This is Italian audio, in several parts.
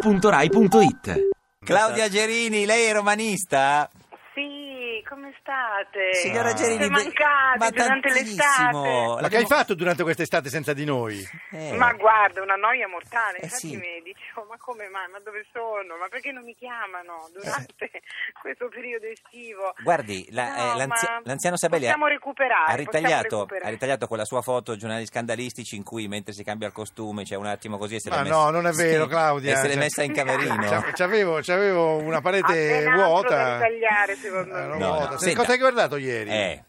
radio2pod.rai.it Claudia Gerini, lei è romanista? Sì, come state? Signora Gerini, siete be- mancati ma durante tantissimo. l'estate. Ma che hai fatto durante quest'estate senza di noi? Eh, Ma guarda, una noia mortale, Eh, infatti sì. mi dicevo, ma come mai, ma dove sono, ma perché non mi chiamano durante questo periodo estivo? Eh. Guardi, la- No, eh, l'anzi- ma l'anziano Sabelli ha, possiamo recuperare, ha ritagliato, possiamo recuperare. ha ritagliato quella sua foto giornali scandalistici in cui mentre si cambia il costume c'è un attimo così e se l'è Ma messa- no, non è vero, sì, Claudia. E se l'è Cioè- messa in camerino. C'avevo, c'avevo, c'avevo una parete Appena altro vuota. da ritagliare, secondo Eh, me. non No, vuota. no. Senti, Senta. Cosa hai guardato ieri? Eh,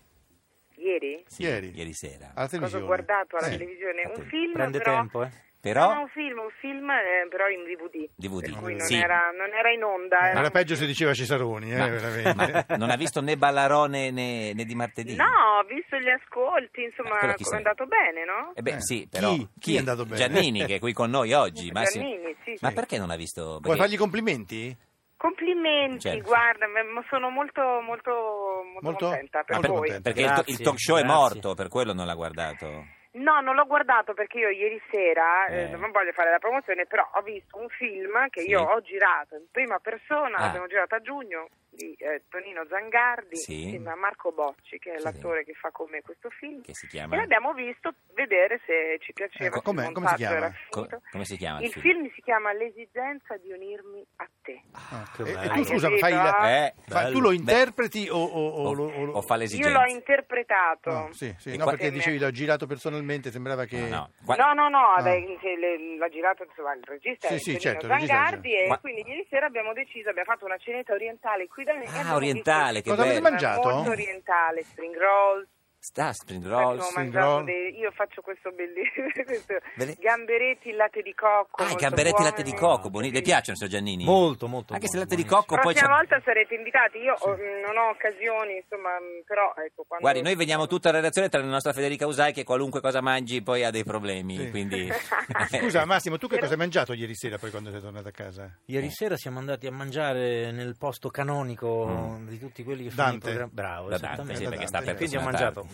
Ieri? sì, Ieri. Ah. ieri sera. Alla televisione. Cosa ho guardato alla Eh. televisione? Un Attento. film, Prende però... tempo, eh. Però- No, no, un film, un film eh, però in DVD. DVD. Per cui non, Sì. era, non era in onda. era Era un peggio se diceva Cesaroni, eh, veramente. Ma non ha visto né Ballarone né, né di martedì. No, ho visto gli ascolti, Eh, insomma, quello è chi se ne- andato bene, no? Eh beh, Eh. sì, Chi? però Chi è andato bene? Giannini che è qui con noi oggi. ma sì- Giannini, sì, sì. Ma perché non ha visto? Vuoi perché- fargli complimenti? Complimenti, Certo. guarda, me- mo- sono molto, molto, molto, Molto? contenta per Ah, molto voi. contenta. Perché il, to- il Eh, Grazie, talk show è grazie. morto, per quello non l'ha guardato. No, non l'ho guardato perché io ieri sera, eh, Eh. non voglio fare la promozione, però ho visto un film che Sì. io ho girato in prima persona, Ah. l'abbiamo girato a giugno, di eh, Tonino Zangardi, Sì. insieme a Marco Bocci, che è Sì. l'attore che fa con me questo film. Che si E chiama? l'abbiamo visto vedere se ci piaceva. Ecco, se il com'è? Come si montaggio chiama? era Co- finito. come si chiama il Il film? film si chiama L'esigenza di unirmi a te. che Ah, e, e tu bello. scusa, Hai fai capito? il- Ah, Eh, fa- bello. tu lo Beh, interpreti o, o, o, o, lo- o lo- o fa Io l'esigenza? l'ho interpretato. No, Ah, sì, sì, E no qua- perché dicevi l'ho girato personalmente, sembrava che... No, no, qua- No, no, no, Ah. lei- se le- l'ha girato insomma, il regista Sì, è sì, Antonino certo, il regista è il Zangardi e Ma- quindi ieri sera abbiamo deciso, abbiamo fatto una cenetta orientale qui da me. e Ah, abbiamo orientale, visto- che Cosa avete bello. mangiato? Molto orientale, spring rolls, Sta Spring abbiamo Rolls. spring mangiato roll. dei- io faccio questo bellissimo, questo Belle- gamberetti in latte di cocco. Ah, i molto gamberetti latte di buoni. cocco, buoni. Le Sì. piacciono, signor Giannini? Molto, molto Anche se il latte buoni, di buonissimo. cocco La Ecco, poi c'è... prossima volta sarete invitati, io oh, mh, non ho occasioni, insomma, mh, però ecco quando... Guardi, noi vediamo tutta la redazione tra la nostra Federica Usai che qualunque cosa mangi poi ha dei problemi, Sì. quindi... Eh. Scusa Massimo, tu che Però- cosa hai mangiato ieri sera poi quando sei tornato a casa? Eh. Ieri sera siamo andati a mangiare nel posto canonico Mm. di tutti quelli che fanno il Dante. programma. Bravo, Da Dante, esattamente. sì, Da perché sta Dante. per Quindi ho Persona mangiato Tardi.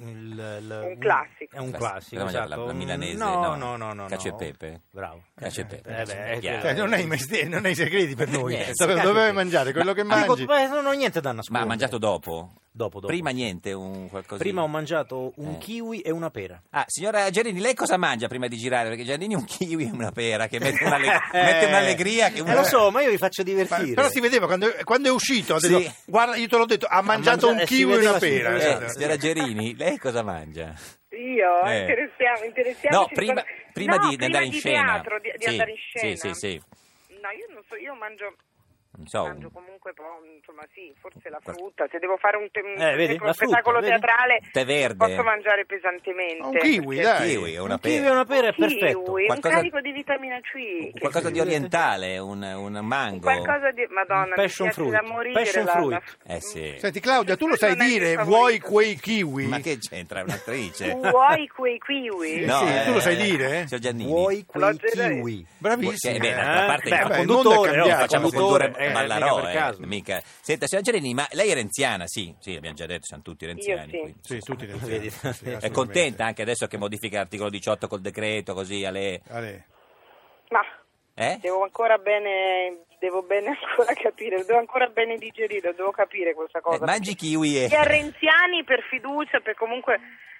il- il- Un classico. È un Classico. classico, Cosa mangiate, esatto. la- la milanese? No, No. no, no, no. Cacio e no. pepe? Bravo. Cacio e pepe, Eh, sì, beh, è chiaro. Cioè, quello. non, hai, mestieri- non hai segreti per noi, Niente. Dove- Cacio e dovevi pepe. mangiare quello che Ma dico, mangi. beh, non ho niente da nascondere. Ma ha mangiato dopo? Dopo, dopo. Prima niente, un qualcosa. Prima ho mangiato un Eh. kiwi e una pera. Ah, signora Gerini, lei cosa mangia prima di girare? Perché Giannini è un kiwi e una pera che mette, un'alleg- mette un'allegria che Eh, lo so, ma io vi faccio divertire. Però si vedeva quando, quando è uscito, ha detto, Sì. guarda, io te l'ho detto, ha mangiato mangiato- un eh, si kiwi e una vedeva, si pera. vedeva. Eh, Esatto. signora Gerini, lei cosa mangia? Io? Eh. Interessiamo, interessiamo. no, prima, prima di andare in scena. Teatro, di, di Sì, andare in scena. Sì, sì, sì. No, io non so, io mangio, Non so, mangio un- comunque, però, insomma, sì, forse la Qual- frutta. Se devo fare un, te- un Eh, vedi? spettacolo- La frutta, spettacolo vedi? teatrale, Tè verde. posso mangiare pesantemente. Un kiwi, perché- dai. kiwi, una un pera. kiwi e una pera è Kiwi, perfetto. un Qualcosa- carico di vitamina C. che- Qualcosa di orientale, un, un mango. Qualcosa di... Madonna, Passion mi piace da fruit. morire. Passion la- la- fruit. Eh sì. Senti Claudia, tu lo sai Non è il mio dire, favorito. vuoi quei kiwi? Ma che c'entra un'attrice? Vuoi quei kiwi? No. Sì, tu lo sai dire, eh? Signor Giannini. Vuoi quei L'ho già detto. kiwi? Bravissima. Eh, beh, Eh, d'altra parte beh, il beh, il mondo è conduttore, oh, cambiato. facciamo conduttore conduttore, eh, mica Ballarò, per eh, caso. mica. Senta, signora Gerini, ma lei è renziana, sì, sì, abbiamo già detto, siamo tutti renziani. sì. qui. Sì, tutti le Vedi? sì, assolutamente. È contenta anche adesso che modifica l'articolo 18 col decreto, così a lei... Ale. Ma Eh? devo ancora bene... Devo bene ancora capire, devo ancora bene digerire, devo capire questa Eh, cosa. mangi kiwi e... e a Renziani per fiducia, per comunque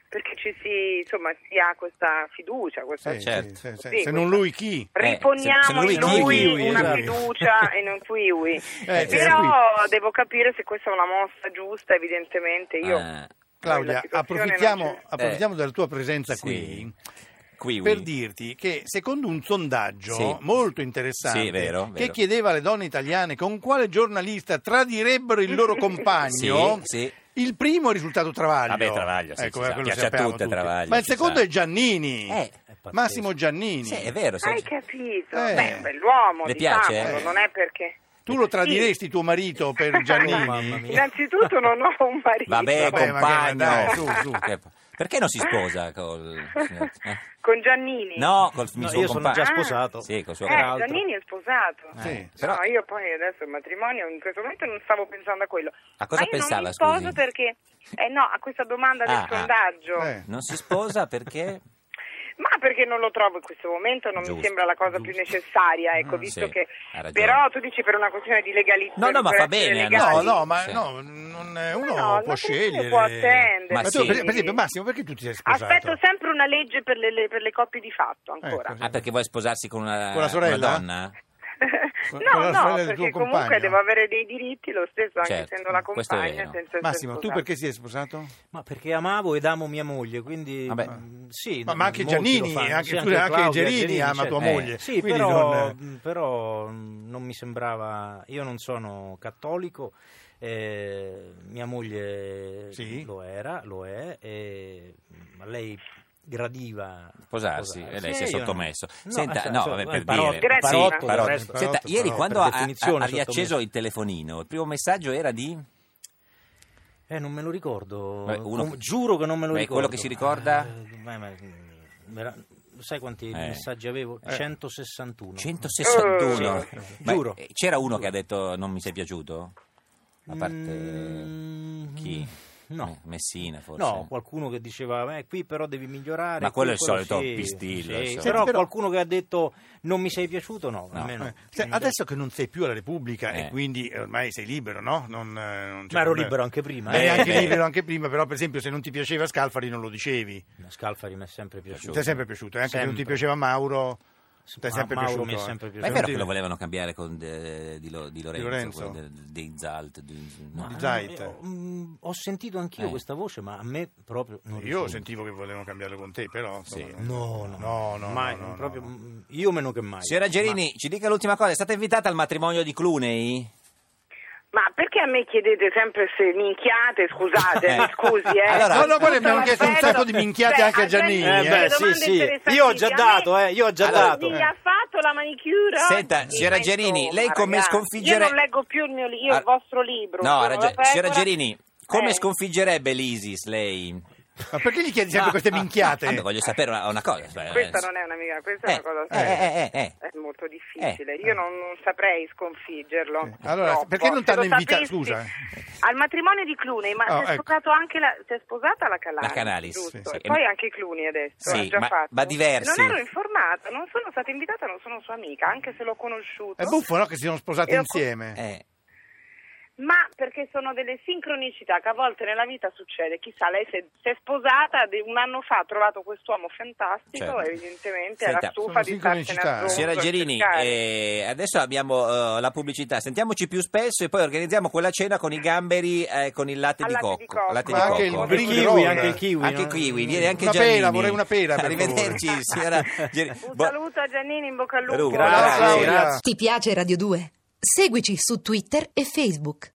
perché ci si, insomma, si ha questa fiducia, questa Sì, certo. Eh, sì, sì, sì. Sì, se questo- non lui chi? Riponiamo se- se lui in kiwi, lui kiwi, una esatto. fiducia e non kiwi. Eh, sì, Però qui. devo capire se questa è una mossa giusta, evidentemente io. Ah, la Claudia, situazione non approfittiamo, c'è. approfittiamo della tua presenza Sì. qui kiwi. per dirti che secondo un sondaggio Sì. molto interessante Sì, vero, che vero. chiedeva alle donne italiane con quale giornalista tradirebbero il loro compagno, Sì, sì. il primo è risultato Travaglio. Vabbè, Travaglio, sì, ecco, si sa, quello piace a sappiamo tutte tutti. Travaglio, Ma il si secondo sa. è Giannini, Eh, è pazzesco. Massimo Giannini. Sì, è vero. Hai signor- capito? Eh. Beh, è un bell'uomo, Le diciamolo, piace, eh? non è perché. Tu lo tradiresti tuo marito per Giannini? Oh, mamma mia. Innanzitutto non ho un marito. Vabbè, Vabbè, ma che- compagno. dai, su, su. Che- Perché non si sposa col... signor- eh? Con Giannini. No, col No, suo io sono compagno. già sposato. Sì, col suo Eh, peraltro. Giannini è sposato. Eh, Sì. Però- No, io poi adesso il matrimonio in questo momento non stavo pensando a quello. A cosa Ma io pensava, non mi sposo scusi? perché eh no, a questa domanda del Ah, ah. sondaggio. Eh. Non si sposa perché... Ma perché non lo trovo in questo momento, non mi Giusto, sembra la cosa più giusto. necessaria, ecco, Mm, visto sì, che... ha ragione. Però tu dici per una questione di legalità. No, no, ma per fa essere bene, legali. No, Dai, no, ma sì. no, non- eh, uno No, no, può perché scegliere. può attendere. Ma tu, Ma sì. per per esempio, Massimo, perché tu ti sei sposato? Aspetto sempre una legge per le, le- per le coppie di fatto ancora. esatto. Ecco, sì. Ah, perché vuoi sposarsi con una, Con la sorella? una donna? Con la no, no, sorella del tuo perché compagno? comunque devo avere dei diritti lo stesso anche Certo, essendo la questo è compagna. vero. senza essere Massimo, tu sposata. perché ti sei sposato? Ma perché amavo ed amo mia moglie, quindi Vabbè. mh, sì. Ma- no, ma anche molti lo Giannini, fanno, anche- sì, scusa, anche Claudia, Gerini ama certo. tua moglie, Sì, quindi però, non- mh, però, mh, non mi sembrava... Io non sono cattolico, eh, mia moglie Sì. lo era, lo è, e, ma lei gradiva Sposarsi, e lei si è io no. sottomesso. No, Senta, cioè, no, insomma, vabbè, eh, per parotto, dire. Grazie. parotto, Sì, del Parotto. resto, Senta, parotto, ieri no, quando per ha, ha- definizione ha riacceso sottomesso. il telefonino, il primo messaggio era di... Eh, non me lo ricordo. Vabbè, uno Com- che- Giuro che non me lo Beh, ricordo. quello che si ricorda? Eh, ma- ma- vera- Sai quanti Eh. messaggi avevo? 161. 161. Sì, sì. Ma, Giuro. eh, C'era uno che ha detto non mi sei piaciuto? A parte Mm, chi? no. Eh, Messina forse. No, qualcuno che diceva, eh, qui però devi migliorare. Ma qui quello è il quello solito sì, pistillo, sì. il solito. Però Però- qualcuno che ha detto, non mi sei piaciuto, no, No. a me no. Eh, se- adesso che non sei più alla Repubblica Eh. e quindi ormai sei libero, no? Non, eh, non c'è Ma ero problema. libero anche prima. Eri Eh, anche beh. libero anche prima, però per esempio se non ti piaceva Scalfari non lo dicevi. Scalfari mi è sempre piaciuto. Ti è sempre piaciuto, eh? anche se non ti Sempre. piaceva Mauro, ti è Ma- sempre Mauro piaciuto. mi è eh. sempre Ma è piaciuto. vero che lo volevano cambiare con eh, di, Lo- di Lorenzo, Lorenzo? quello de- dei Zalt. di- no. Di Ma- Zait. eh, Ho, mm, ho sentito anch'io Eh. questa voce, ma a me proprio non Io risulta. sentivo che volevano cambiarlo con te, però... insomma, Sì. No, no, no, no, mai, no, no, proprio, no. mm, io meno che mai. Signora Gerini, ci dica l'ultima cosa, è stata invitata al matrimonio di Clooney? Ma perché a me chiedete sempre se minchiate? Scusate, mi scusi, eh. Allora- No, no, guarda, abbiamo Tutto chiesto un l'affetto. sacco di minchiate anche a Giannini, Eh, delle beh, sì, domande sì. interessanti. Io ho già A me dato, eh, io ho già Allora, dato. Gli ha fatto la manicure? Senta, oggi? signora Ma Gerini, insomma, lei come ragazzi, sconfiggere... Io non leggo più il mio li- io il Ah, vostro libro. No, sono ha una ragione. pecora. Signora Gerini, come Eh. sconfiggerebbe l'ISIS lei? Ma perché gli chiedi Ah. sempre queste minchiate? Vabbè, voglio sapere una, una cosa. Ah, Questa non è un'amica, questa è Eh, una cosa eh, eh, eh, eh. è molto difficile. Io non, non saprei sconfiggerlo. Eh, allora, purtroppo. perché non Se t'hanno lo invita- sapessi- scusa. eh. Al matrimonio di Clooney, ma Oh, si, è ecco. sposato anche la, si è sposata la Calalis. La Calalis, giusto? sì, sì. E poi anche Clooney adesso. Sì, ha già ma- fatto. ma diversi. Non ero informata, non sono stata invitata, non sono sua amica, anche se l'ho conosciuto. È buffo, no? Che si sono sposati Io- insieme. Eh, Ma perché sono delle sincronicità che a volte nella vita succede. Chissà, lei se- si è sposata de- un anno fa, ha trovato quest'uomo fantastico, Certo. evidentemente Senta, era stufa sono di starsene sincronicità. addosso. Signora a Gerini, cercare. eh, adesso abbiamo eh, la pubblicità, sentiamoci più spesso e poi organizziamo quella cena con i gamberi eh, con il latte Al di latte cocco. di cocco. Latte Ma di anche cocco. il brin- kiwi, anche il kiwi. Anche no? kiwi, viene anche Una pera, Giannini. vorrei una pera, per Arrivederci, favore. signora Gerini. Un Bo- saluto a Giannini, in bocca al lupo. Lupo, Ciao, Grazie, Claudia. grazie. Ti piace Radio 2? Seguici su Twitter e Facebook.